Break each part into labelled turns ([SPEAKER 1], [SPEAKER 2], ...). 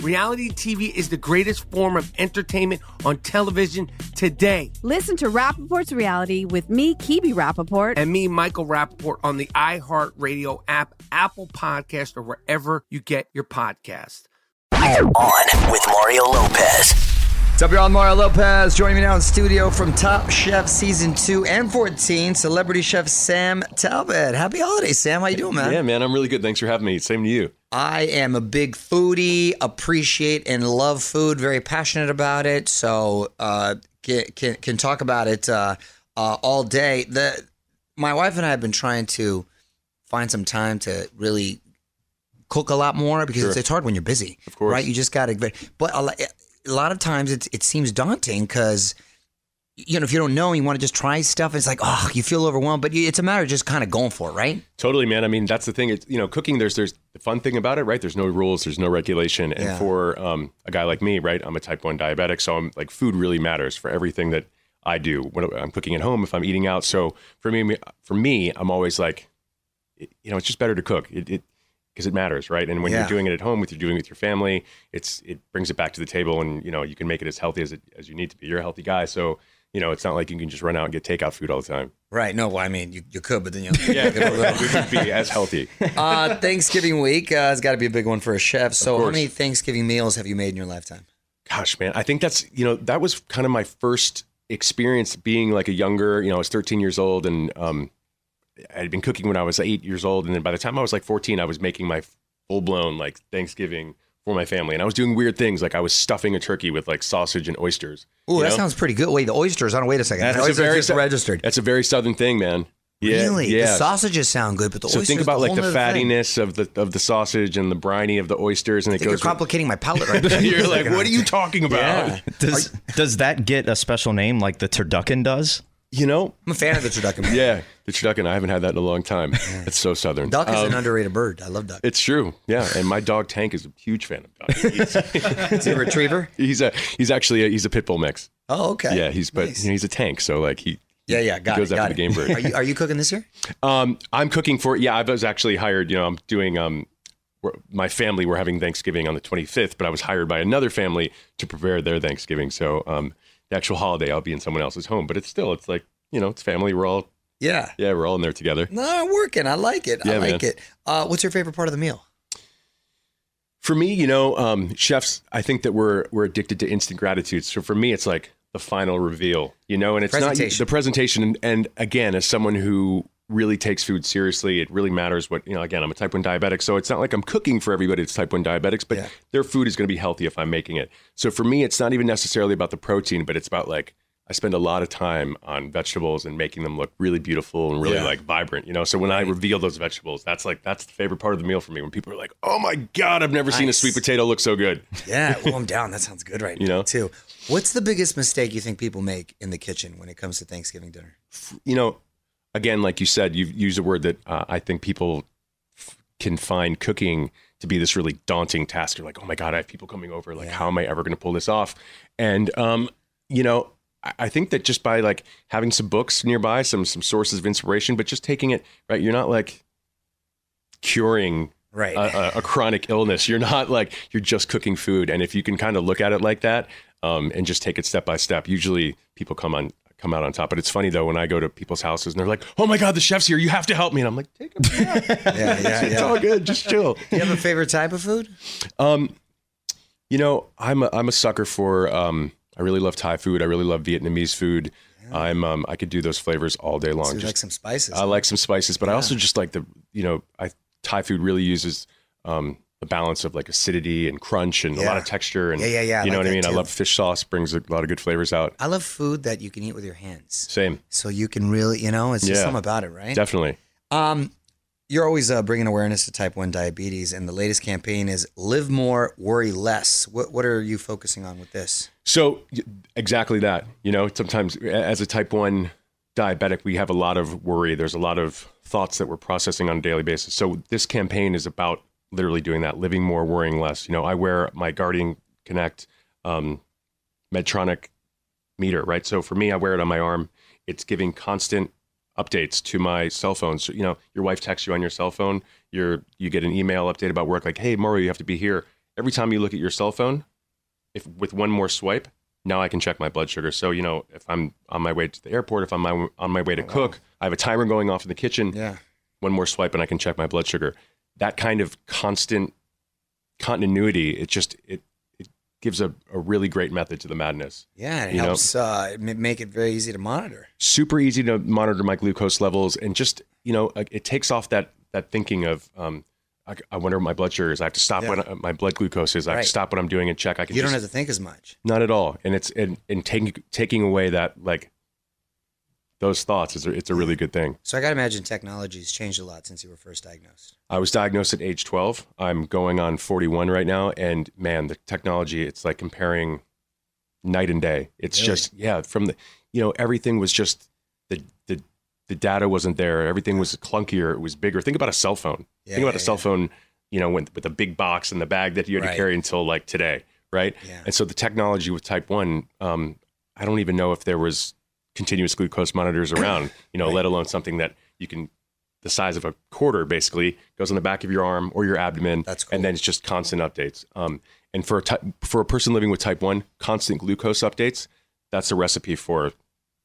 [SPEAKER 1] Reality TV is the greatest form of entertainment on television today.
[SPEAKER 2] Listen to Rappaport's Reality with me, Kibi Rappaport.
[SPEAKER 1] And me, Michael Rappaport, on the iHeartRadio app, Apple Podcast, or wherever you get your podcast.
[SPEAKER 3] On with Mario Lopez.
[SPEAKER 4] What's up, y'all? I'm Mario Lopez. Joining me now in studio from Top Chef Season 2 and 14, celebrity chef Sam Talbot. Happy holidays, Sam. How you doing, man?
[SPEAKER 5] Yeah, man. I'm really good. Thanks for having me. Same to you.
[SPEAKER 4] I am a big foodie, appreciate and love food, very passionate about it. So uh, can, can, can talk about it uh, uh, all day. The my wife and I have been trying to find some time to really cook a lot more because
[SPEAKER 5] Sure.
[SPEAKER 4] it's, it's hard when you're busy,
[SPEAKER 5] Of course.
[SPEAKER 4] right? You just got to. But a, lo- eh, a lot of times it it seems daunting because. You know, if you don't know, and you want to just try stuff. It's like, oh, you feel overwhelmed, but you- it's a matter of just kind of going for it, right?
[SPEAKER 5] Totally, man. I mean, that's the thing. It's, you know, cooking. There's there's the fun thing about it, right? There's no rules. There's no regulation. And
[SPEAKER 4] Yeah.
[SPEAKER 5] for um, a guy like me, right, I'm a type one diabetic, so I'm like food really matters for everything that I do when I'm cooking at home, if I'm eating out. So for me, for me, I'm always like, it, you know, it's just better to cook. It. it because it matters, right? And when
[SPEAKER 4] Yeah.
[SPEAKER 5] you're doing it at home, with you're doing it with your family, it's it brings it back to the table, and you know you can make it as healthy as it, as you need to be. You're a healthy guy, so you know it's not like you can just run out and get takeout food all the time.
[SPEAKER 4] Right. No, well, I mean, you, you could, but then you
[SPEAKER 5] Yeah, we could be as healthy.
[SPEAKER 4] uh, Thanksgiving week uh, has got to be a big one for a chef. So, how
[SPEAKER 5] course.
[SPEAKER 4] many Thanksgiving meals have you made in your lifetime?
[SPEAKER 5] gosh man i think that's you know that was kind of my first experience being like a younger you know i was 13 years old and um i had been cooking when i was eight years old and then by the time i was like 14 i was making my full-blown like thanksgiving for my family and i was doing weird things like i was stuffing a turkey with like sausage and oysters
[SPEAKER 4] Oh,
[SPEAKER 5] you
[SPEAKER 4] that
[SPEAKER 5] know?
[SPEAKER 4] sounds pretty good. Wait, the oysters. I don't wait a second.
[SPEAKER 5] That's
[SPEAKER 4] the
[SPEAKER 5] a
[SPEAKER 4] oysters
[SPEAKER 5] very
[SPEAKER 4] just
[SPEAKER 5] sa-
[SPEAKER 4] registered.
[SPEAKER 5] that's a very southern thing man yeah
[SPEAKER 4] really?
[SPEAKER 5] yeah
[SPEAKER 4] The sausages sound good, but the
[SPEAKER 5] so
[SPEAKER 4] oysters.
[SPEAKER 5] think about like
[SPEAKER 4] whole
[SPEAKER 5] the
[SPEAKER 4] nother thing.
[SPEAKER 5] fattiness of the of the sausage and the briny of the oysters and
[SPEAKER 4] I
[SPEAKER 5] it
[SPEAKER 4] think you're
[SPEAKER 5] goes
[SPEAKER 4] complicating my palate right now.
[SPEAKER 5] you're like what are you talking about
[SPEAKER 4] Yeah.
[SPEAKER 6] Does does that get a special name like the turducken does?
[SPEAKER 5] you know
[SPEAKER 4] I'm a fan of the turducken.
[SPEAKER 5] Yeah, the turducken. I haven't had that in a long time. It's so southern.
[SPEAKER 4] Duck is
[SPEAKER 5] Um,
[SPEAKER 4] an underrated bird. I love duck.
[SPEAKER 5] It's true. Yeah, and my dog Tank is a huge fan of duck. He's,
[SPEAKER 4] It's a retriever.
[SPEAKER 5] he's a he's actually a, he's a pit bull mix.
[SPEAKER 4] Oh, okay.
[SPEAKER 5] Yeah, he's but
[SPEAKER 4] Nice.
[SPEAKER 5] you know, he's a tank. So like he
[SPEAKER 4] yeah, yeah.
[SPEAKER 5] he
[SPEAKER 4] Got
[SPEAKER 5] goes
[SPEAKER 4] it.
[SPEAKER 5] after
[SPEAKER 4] got
[SPEAKER 5] the
[SPEAKER 4] it.
[SPEAKER 5] game bird.
[SPEAKER 4] Are you, are you cooking this year?
[SPEAKER 5] Um, I'm cooking for yeah. I was actually hired. You know, I'm doing um, we're- my family were having Thanksgiving on the 25th, but I was hired by another family to prepare their Thanksgiving. So um, the actual holiday, I'll be in someone else's home, but it's still it's like you know, it's family. We're all
[SPEAKER 4] Yeah.
[SPEAKER 5] yeah, we're all in there together.
[SPEAKER 4] No, I'm working. I like it. I
[SPEAKER 5] Yeah,
[SPEAKER 4] like
[SPEAKER 5] man.
[SPEAKER 4] it. Uh, what's your favorite part of the meal?
[SPEAKER 5] For me, you know, um, chefs, I think that we're we're addicted to instant gratitude. So for me, it's like the final reveal, you know, and it's
[SPEAKER 4] Presentation.
[SPEAKER 5] not the presentation. And, and again, as someone who really takes food seriously, it really matters what you know. Again, I'm a type one diabetic, so it's not like I'm cooking for everybody. It's type one diabetics, but
[SPEAKER 4] Yeah.
[SPEAKER 5] their food is going to be healthy if I'm making it. So for me, it's not even necessarily about the protein, but it's about like I spend a lot of time on vegetables and making them look really beautiful and really
[SPEAKER 4] Yeah.
[SPEAKER 5] like vibrant, you know. So when I reveal those vegetables, that's like that's the favorite part of the meal for me. When people are like, "Oh my god, I've never seen a
[SPEAKER 4] Nice.
[SPEAKER 5] sweet potato look so good,"
[SPEAKER 4] Yeah, well, I'm down. That sounds good right
[SPEAKER 5] You
[SPEAKER 4] now,
[SPEAKER 5] know?
[SPEAKER 4] too. What's the biggest mistake you think people make in the kitchen when it comes to Thanksgiving dinner?
[SPEAKER 5] you know. Again, like you said, you've used a word that uh, I think people f- can find cooking to be this really daunting task. You're like, "Oh my god, I have people coming over. Like,
[SPEAKER 4] Yeah.
[SPEAKER 5] how am I ever going to pull this off?" And um, you know, I- I think that just by like having some books nearby, some some sources of inspiration, but just taking it right, you're not like curing
[SPEAKER 4] Right.
[SPEAKER 5] a, a, a chronic illness. You're not like you're just cooking food, and if you can kind of look at it like that um, and just take it step by step, usually people come on come out on top. But it's funny though when I go to people's houses and they're like, "Oh my god, the chef's here! You have to help me!" And I'm like, "Take a breath.
[SPEAKER 4] yeah, yeah,
[SPEAKER 5] It's
[SPEAKER 4] yeah.
[SPEAKER 5] all good. Just chill."
[SPEAKER 4] Do you have a favorite type of food?
[SPEAKER 5] Um, you know, I'm a, I'm a sucker for. Um, I really love Thai food. I really love Vietnamese food. I'm um, I could do those flavors all day long.
[SPEAKER 4] So you
[SPEAKER 5] Just-
[SPEAKER 4] like some spices.
[SPEAKER 5] I like some spices, but I also just like the you know I Thai food really uses um, the balance of like acidity and crunch and a lot
[SPEAKER 4] Yeah.
[SPEAKER 5] of texture and
[SPEAKER 4] Yeah, yeah, yeah, I
[SPEAKER 5] You know
[SPEAKER 4] like
[SPEAKER 5] what I
[SPEAKER 4] that
[SPEAKER 5] mean? I
[SPEAKER 4] too.
[SPEAKER 5] love fish sauce. Brings a lot of good flavors out.
[SPEAKER 4] I love food that you can eat with your hands.
[SPEAKER 5] Same,
[SPEAKER 4] So you can really, you know, it's just
[SPEAKER 5] Yeah.
[SPEAKER 4] something about it, right?
[SPEAKER 5] definitely.
[SPEAKER 4] Um, you're always uh, bringing awareness to type 1 diabetes, and the latest campaign is Live More, Worry Less. What, what are you focusing on with this?
[SPEAKER 5] So y- exactly that. You know, sometimes a- as a type one diabetic, we have a lot of worry. There's a lot of thoughts that we're processing on a daily basis. So this campaign is about literally doing that, living more, worrying less. You know, I wear my Guardian Connect um, Medtronic meter, right? So for me, I wear it on my arm. It's giving constant updates to my cell phone. So you know, your wife texts you on your cell phone. You're you get an email update about work, like, "Hey, Mario, you have to be here." Every time you look at your cell phone, if with one more swipe, now I can check my blood sugar. So you know, if I'm on my way to the airport, if I'm my, on my way to cook, I have a timer going off in the kitchen
[SPEAKER 4] Yeah.
[SPEAKER 5] one more swipe and I can check my blood sugar. That kind of constant continuity, it just it it gives a, a really great method to the madness.
[SPEAKER 4] Yeah, it
[SPEAKER 5] You know-
[SPEAKER 4] helps uh, ma- make it very easy to monitor.
[SPEAKER 5] Super easy to monitor my glucose levels and just you know like, it takes off that that thinking of um, I, I wonder what my blood sugar is. I have to stop
[SPEAKER 4] Yeah.
[SPEAKER 5] what my blood glucose is. I have
[SPEAKER 4] Right.
[SPEAKER 5] to stop what I'm doing and check. I can
[SPEAKER 4] You
[SPEAKER 5] just,
[SPEAKER 4] don't have to think as much.
[SPEAKER 5] not at all. And it's and, and taking taking away that like those thoughts is a, it's a really good thing.
[SPEAKER 4] So I got to imagine technology's changed a lot since you were first diagnosed.
[SPEAKER 5] I was diagnosed at age 12. I'm going on 41 right now. And man, the technology, it's like comparing night and day. It's
[SPEAKER 4] Really?
[SPEAKER 5] just, yeah, from the, you know, everything was just the, the, the data wasn't there. Everything was clunkier. It was bigger. Think about a cell phone.
[SPEAKER 4] Yeah,
[SPEAKER 5] Think about
[SPEAKER 4] yeah,
[SPEAKER 5] a cell
[SPEAKER 4] yeah.
[SPEAKER 5] phone, you know, with, with a big box and the bag that you had
[SPEAKER 4] Right.
[SPEAKER 5] to carry until like today. Right.
[SPEAKER 4] Yeah.
[SPEAKER 5] And so the technology with type one, um, I don't even know if there was continuous glucose monitors around, you know, let alone something that you can the size of a quarter basically goes on the back of your arm or your abdomen.
[SPEAKER 4] That's cool.
[SPEAKER 5] And then it's just constant updates. Um, and for a ty- for a person living with type one, constant glucose updates, that's a recipe for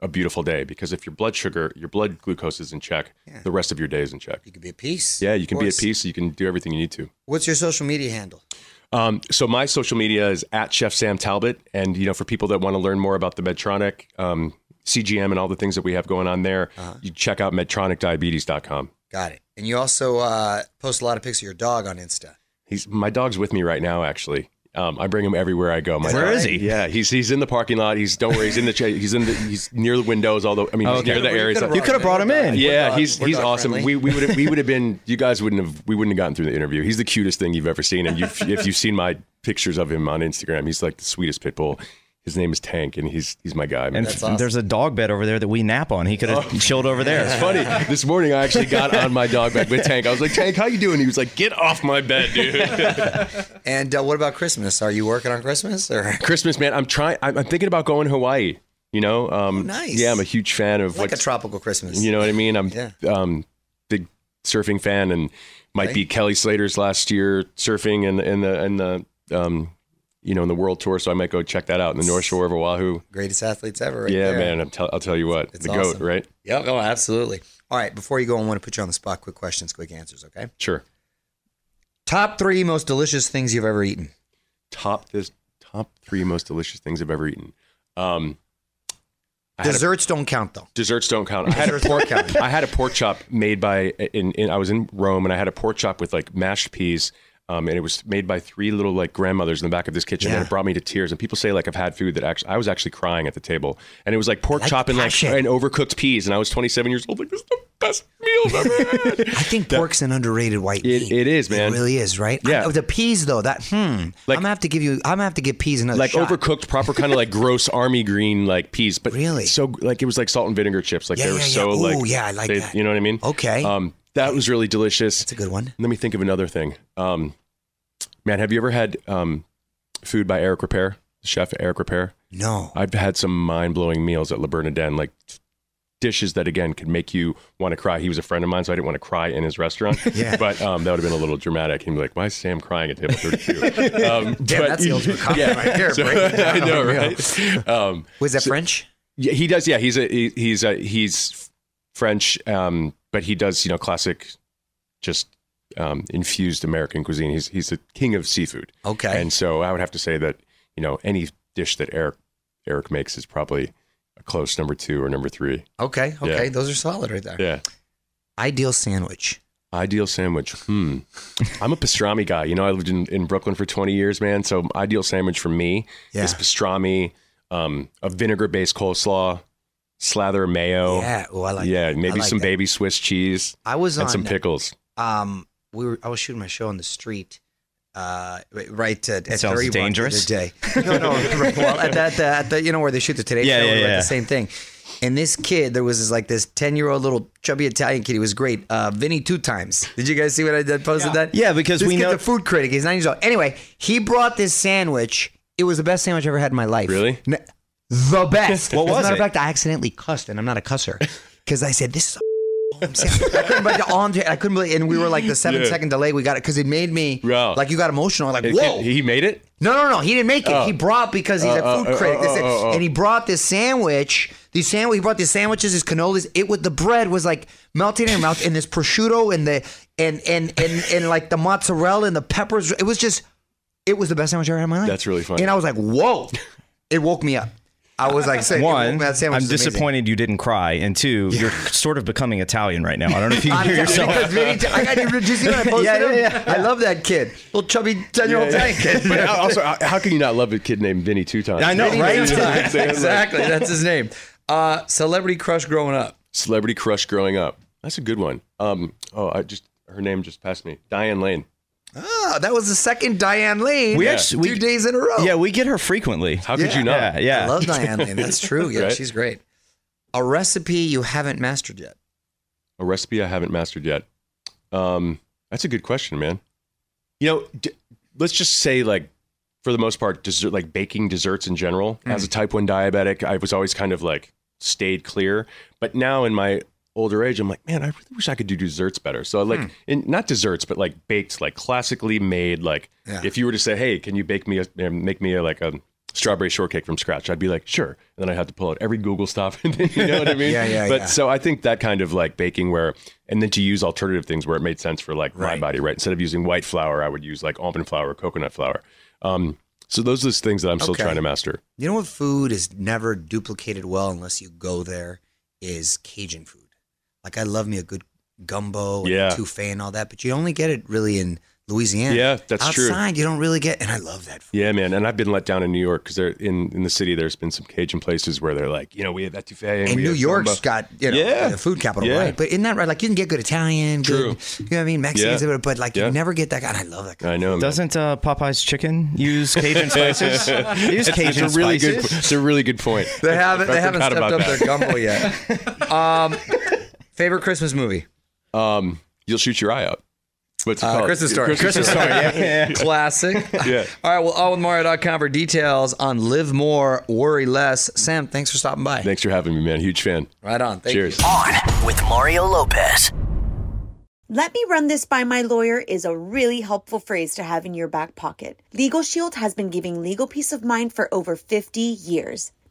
[SPEAKER 5] a beautiful day because if your blood sugar, your blood glucose is in check,
[SPEAKER 4] Yeah.
[SPEAKER 5] the rest of your day is in check.
[SPEAKER 4] You could be at peace.
[SPEAKER 5] Yeah,
[SPEAKER 4] of
[SPEAKER 5] you can be at
[SPEAKER 4] course.
[SPEAKER 5] peace. You can do everything you need to.
[SPEAKER 4] What's your social media handle?
[SPEAKER 5] Um, so my social media is at Chef Sam Talbot, and you know, for people that want to learn more about the Medtronic um, CGM and all the things that we have going on there,
[SPEAKER 6] Uh-huh.
[SPEAKER 5] you check out MedtronicDiabetes.com.
[SPEAKER 4] Got it. And you also uh, post a lot of pics of your dog on Insta.
[SPEAKER 5] He's my dog's with me right now. Actually, um, I bring him everywhere I go. My
[SPEAKER 6] Where
[SPEAKER 5] dog-
[SPEAKER 6] is he?
[SPEAKER 5] Yeah, he's he's in the parking lot. He's don't worry. He's in the cha- he's in the he's near the windows. Although I mean, he's
[SPEAKER 6] Okay.
[SPEAKER 5] near the areas.
[SPEAKER 6] You could have brought him in.
[SPEAKER 5] yeah, he's he's awesome. We we would we would have been. You guys wouldn't have. We wouldn't have gotten through the interview. He's the cutest thing you've ever seen. And you've, if you've seen my pictures of him on Instagram, he's like the sweetest pit bull. His name is Tank, and he's he's my guy. man.
[SPEAKER 6] And
[SPEAKER 4] That's
[SPEAKER 6] f-
[SPEAKER 4] awesome. Oh.
[SPEAKER 6] there's a dog bed over there that we nap on. He could have chilled over there.
[SPEAKER 5] It's funny. This morning, I actually got on my dog bed with Tank. I was like, Tank, how you doing? He was like, Get off my bed, dude.
[SPEAKER 4] And uh, what about Christmas? Are you working on Christmas or
[SPEAKER 5] Christmas, man. I'm trying. I'm, I'm thinking about going to Hawaii. You know, um,
[SPEAKER 4] Oh, nice.
[SPEAKER 5] Yeah, I'm a huge fan of
[SPEAKER 4] like a
[SPEAKER 5] what's-
[SPEAKER 4] tropical Christmas?
[SPEAKER 5] You know what I mean? I'm
[SPEAKER 4] Yeah.
[SPEAKER 5] um, big surfing fan, and might be Kelly Slater's last year surfing in, in the in the um, you know in the World Tour. So I might go check that out in the North Shore of Oahu.
[SPEAKER 4] greatest athletes ever. Right
[SPEAKER 5] yeah,
[SPEAKER 4] there.
[SPEAKER 5] man. I'm tell, I'll tell you what,
[SPEAKER 4] It's
[SPEAKER 5] the
[SPEAKER 4] awesome.
[SPEAKER 5] goat, right?
[SPEAKER 4] Yep. Oh, absolutely. All right. Before you go, I want to put you on the spot. Quick questions, quick answers. Okay.
[SPEAKER 5] Sure.
[SPEAKER 4] Top three most delicious things you've ever eaten.
[SPEAKER 5] Top this top three most delicious things I've ever eaten. Um, I had a-
[SPEAKER 4] Desserts don't count though.
[SPEAKER 5] Desserts don't count. I had a
[SPEAKER 4] Desserts don't
[SPEAKER 5] pork
[SPEAKER 4] count.
[SPEAKER 5] I had a pork chop made by in, in I was in Rome and I had a pork chop with like mashed peas. Um, and it was made by three little like grandmothers in the back of this kitchen, and
[SPEAKER 4] Yeah.
[SPEAKER 5] it brought me to tears. And people say like I've had food that actually I was actually crying at the table, and it was like pork
[SPEAKER 4] like
[SPEAKER 5] chop
[SPEAKER 4] the
[SPEAKER 5] and like
[SPEAKER 4] passion.
[SPEAKER 5] and overcooked peas. And I was 27 years old, like this is the best meal I've ever had.
[SPEAKER 4] I think pork's an underrated white
[SPEAKER 5] It-
[SPEAKER 4] meat.
[SPEAKER 5] it is, man.
[SPEAKER 4] It really is, right?
[SPEAKER 5] Yeah.
[SPEAKER 4] I- oh, the peas though, that hmm. I'm
[SPEAKER 5] Like-
[SPEAKER 4] gonna have to give you. I'm gonna have to give peas another
[SPEAKER 5] like
[SPEAKER 4] shot.
[SPEAKER 5] overcooked, proper kind of like gross army green like peas, but
[SPEAKER 4] Really?
[SPEAKER 5] so like it was like salt and vinegar chips. Like
[SPEAKER 4] Yeah,
[SPEAKER 5] they were
[SPEAKER 4] yeah, yeah.
[SPEAKER 5] so
[SPEAKER 4] Ooh,
[SPEAKER 5] like
[SPEAKER 4] yeah, I like
[SPEAKER 5] they-
[SPEAKER 4] that.
[SPEAKER 5] You know what I mean?
[SPEAKER 4] Okay.
[SPEAKER 5] Um, that was really delicious.
[SPEAKER 4] That's a good one.
[SPEAKER 5] Let me think of another thing. Um, man, have you ever had um, food by Eric Repair, chef Eric Repair?
[SPEAKER 4] No.
[SPEAKER 5] I've had some mind blowing meals at La Bernardin, like dishes that again could make you want to cry. He was a friend of mine, so I didn't want to cry in his restaurant.
[SPEAKER 4] Yeah.
[SPEAKER 5] But um, that would have been a little dramatic. He'd be like, "Why is Sam crying at table 32? Um,
[SPEAKER 4] Damn,
[SPEAKER 5] but-
[SPEAKER 4] that salesman compliment right there.
[SPEAKER 5] So-
[SPEAKER 4] breaking it down
[SPEAKER 5] I know,
[SPEAKER 4] on the meal.
[SPEAKER 5] right? Um,
[SPEAKER 4] Was that French?
[SPEAKER 5] yeah, he does. Yeah, he's a he- he's a he's French, um, but he does you know classic, just um, infused American cuisine. He's he's the king of seafood,
[SPEAKER 4] Okay.
[SPEAKER 5] and so I would have to say that you know any dish that Eric Eric makes is probably a close number two or number three.
[SPEAKER 4] okay. Okay.
[SPEAKER 5] Yeah.
[SPEAKER 4] Those are solid right there.
[SPEAKER 5] Yeah,
[SPEAKER 4] Ideal sandwich.
[SPEAKER 5] ideal sandwich. Hmm, I'm a pastrami guy. You know, I lived in in Brooklyn for 20 years, man. So ideal sandwich for me
[SPEAKER 4] Yeah.
[SPEAKER 5] is pastrami, um, a vinegar based coleslaw, slather of mayo.
[SPEAKER 4] yeah. Oh, I like.
[SPEAKER 5] yeah,
[SPEAKER 4] that. I
[SPEAKER 5] maybe
[SPEAKER 4] like
[SPEAKER 5] some
[SPEAKER 4] that.
[SPEAKER 5] baby Swiss cheese
[SPEAKER 4] I was
[SPEAKER 5] and
[SPEAKER 4] on
[SPEAKER 5] some pickles.
[SPEAKER 4] um we were I was shooting my show on the street uh right- right at, at
[SPEAKER 6] sounds
[SPEAKER 4] 31
[SPEAKER 6] dangerous.
[SPEAKER 4] the other day no no right, well at that uh, at the you know where they shoot the today
[SPEAKER 6] Yeah,
[SPEAKER 4] show
[SPEAKER 6] yeah,
[SPEAKER 4] we were at
[SPEAKER 6] yeah.
[SPEAKER 4] the same thing and this kid there was this, like this 10 year old little chubby Italian kid he was great uh Vinny two times did you guys see what I did posted that
[SPEAKER 6] Yeah, because
[SPEAKER 4] this
[SPEAKER 6] we
[SPEAKER 4] kid's
[SPEAKER 6] know-
[SPEAKER 4] a food critic he's nine years old anyway he brought this sandwich it was the best sandwich I ever had in my life
[SPEAKER 5] Really?
[SPEAKER 4] N- the best
[SPEAKER 6] What
[SPEAKER 4] As a
[SPEAKER 6] was
[SPEAKER 4] matter of
[SPEAKER 6] it?
[SPEAKER 4] fact I accidentally cussed and I'm not a cusser because I said this is a I couldn't believe the on. I couldn't believe, and we were like the seven second
[SPEAKER 5] Yeah.
[SPEAKER 4] delay. We got it because it made me
[SPEAKER 5] Wow.
[SPEAKER 4] like you got emotional. Like
[SPEAKER 5] It-
[SPEAKER 4] whoa,
[SPEAKER 5] He made it?
[SPEAKER 4] no, no, no, he didn't make it. he brought because he's
[SPEAKER 5] Oh. Uh,
[SPEAKER 4] a food
[SPEAKER 5] uh, uh,
[SPEAKER 4] critic, This-
[SPEAKER 5] uh, uh, uh.
[SPEAKER 4] and he brought this sandwich. These sandwich, he brought these sandwiches, his cannolis. It with the bread was like melting in your mouth, and this prosciutto and the and and and and like the mozzarella and the peppers. It was just, it was the best sandwich I ever had in my life.
[SPEAKER 5] That's really funny.
[SPEAKER 4] And I was like, whoa, it woke me up. I was like, saying, it woke
[SPEAKER 6] One,
[SPEAKER 4] me up. That sandwich
[SPEAKER 6] I'm
[SPEAKER 4] is amazing.
[SPEAKER 6] disappointed you didn't cry, and two, you're sort of becoming Italian right now. I don't know if you can
[SPEAKER 4] I'm
[SPEAKER 6] hear
[SPEAKER 4] telling you,
[SPEAKER 6] yourself.
[SPEAKER 4] Because Vinny, I got you. Did you see when I posted
[SPEAKER 6] Yeah, yeah,
[SPEAKER 4] him?
[SPEAKER 6] yeah.
[SPEAKER 4] I love that kid, little chubby ten year old kid.
[SPEAKER 5] But I- also, I- how can you not love a kid named Vinny two times?
[SPEAKER 6] I know,
[SPEAKER 5] You
[SPEAKER 6] right?
[SPEAKER 5] what I'm saying? Like,
[SPEAKER 4] exactly, that's his name. Uh, celebrity crush growing up.
[SPEAKER 5] Celebrity crush growing up. That's a good one. Um, oh, I just her name just passed me. Diane Lane.
[SPEAKER 4] Oh, that was the second Diane Lane.
[SPEAKER 6] We
[SPEAKER 4] Yeah.
[SPEAKER 6] actually- we-
[SPEAKER 4] two days in a row.
[SPEAKER 6] Yeah, we get her frequently.
[SPEAKER 5] How could
[SPEAKER 4] Yeah.
[SPEAKER 5] you not?
[SPEAKER 6] Yeah,
[SPEAKER 4] I
[SPEAKER 6] yeah.
[SPEAKER 4] love Diane Lane. That's true. Yeah,
[SPEAKER 5] Right.
[SPEAKER 4] she's great. A recipe you haven't mastered yet.
[SPEAKER 5] A recipe I haven't mastered yet. Um, that's a good question, man. You know, d- let's just say like for the most part, dessert like baking desserts in general.
[SPEAKER 4] Mm.
[SPEAKER 5] As a type one diabetic, I was always kind of like stayed clear. But now in my older age, I'm like, man, I really wish I could do desserts better. So like,
[SPEAKER 4] Hmm.
[SPEAKER 5] in, not desserts, but like baked, like classically made. Like,
[SPEAKER 4] Yeah.
[SPEAKER 5] if you were to say, hey, can you bake me a um, make me a, like a strawberry shortcake from scratch? I'd be like, sure. And then I have to pull out every Google stuff. and then- you know what I mean?
[SPEAKER 4] Yeah, yeah,
[SPEAKER 5] But
[SPEAKER 4] yeah.
[SPEAKER 5] so I think that kind of like baking where, and then to use alternative things where it made sense for like
[SPEAKER 4] Right.
[SPEAKER 5] my body, right? Instead of using white flour, I would use like almond flour, coconut flour. Um, so those are the things that I'm still
[SPEAKER 4] Okay.
[SPEAKER 5] trying to master.
[SPEAKER 4] You know what food is never duplicated well unless you go there is Cajun food. Like I love me a good gumbo and
[SPEAKER 5] Yeah.
[SPEAKER 4] touffee and all that, but you only get it really in Louisiana.
[SPEAKER 5] Yeah, that's true.
[SPEAKER 4] Outside, you don't really get, and I love that food.
[SPEAKER 5] Yeah, man. And I've been let down in New York because in, in the city, there's been some Cajun places where they're like, you know, we have etouffee. And,
[SPEAKER 4] And
[SPEAKER 5] we
[SPEAKER 4] New
[SPEAKER 5] have
[SPEAKER 4] York's
[SPEAKER 5] samba.
[SPEAKER 4] got you know
[SPEAKER 5] Yeah.
[SPEAKER 4] the food capital,
[SPEAKER 5] Yeah.
[SPEAKER 4] right? But isn't that right? Like you can get good Italian,
[SPEAKER 5] True.
[SPEAKER 4] good, you know what I mean, Mexicans,
[SPEAKER 5] Yeah.
[SPEAKER 4] but like
[SPEAKER 5] Yeah.
[SPEAKER 4] you never get that. God, I love that. Guy.
[SPEAKER 5] I know. man.
[SPEAKER 6] Doesn't uh, Popeye's chicken use Cajun spices? They
[SPEAKER 5] It's-
[SPEAKER 6] use
[SPEAKER 5] it's
[SPEAKER 6] Cajun
[SPEAKER 5] a really
[SPEAKER 6] spices.
[SPEAKER 5] good. It's a really good point.
[SPEAKER 4] They haven't
[SPEAKER 5] I
[SPEAKER 4] they haven't
[SPEAKER 5] forgot
[SPEAKER 4] stepped
[SPEAKER 5] about
[SPEAKER 4] up
[SPEAKER 5] that.
[SPEAKER 4] their gumbo yet. um, favorite Christmas movie?
[SPEAKER 5] Um, you'll shoot your eye out. What's it
[SPEAKER 4] Uh,
[SPEAKER 5] called?
[SPEAKER 4] Christmas story. Christmas story. Yeah. Classic.
[SPEAKER 5] Yeah.
[SPEAKER 4] All right. Well, allwithmario.com for details on live more, worry less. Sam, thanks for stopping by.
[SPEAKER 5] Thanks for having me, man. Huge fan.
[SPEAKER 4] Right on. Thank
[SPEAKER 5] Cheers.
[SPEAKER 4] You.
[SPEAKER 3] On with Mario Lopez.
[SPEAKER 7] Let me run this by my lawyer is a really helpful phrase to have in your back pocket. Legal Shield has been giving legal peace of mind for over 50 years.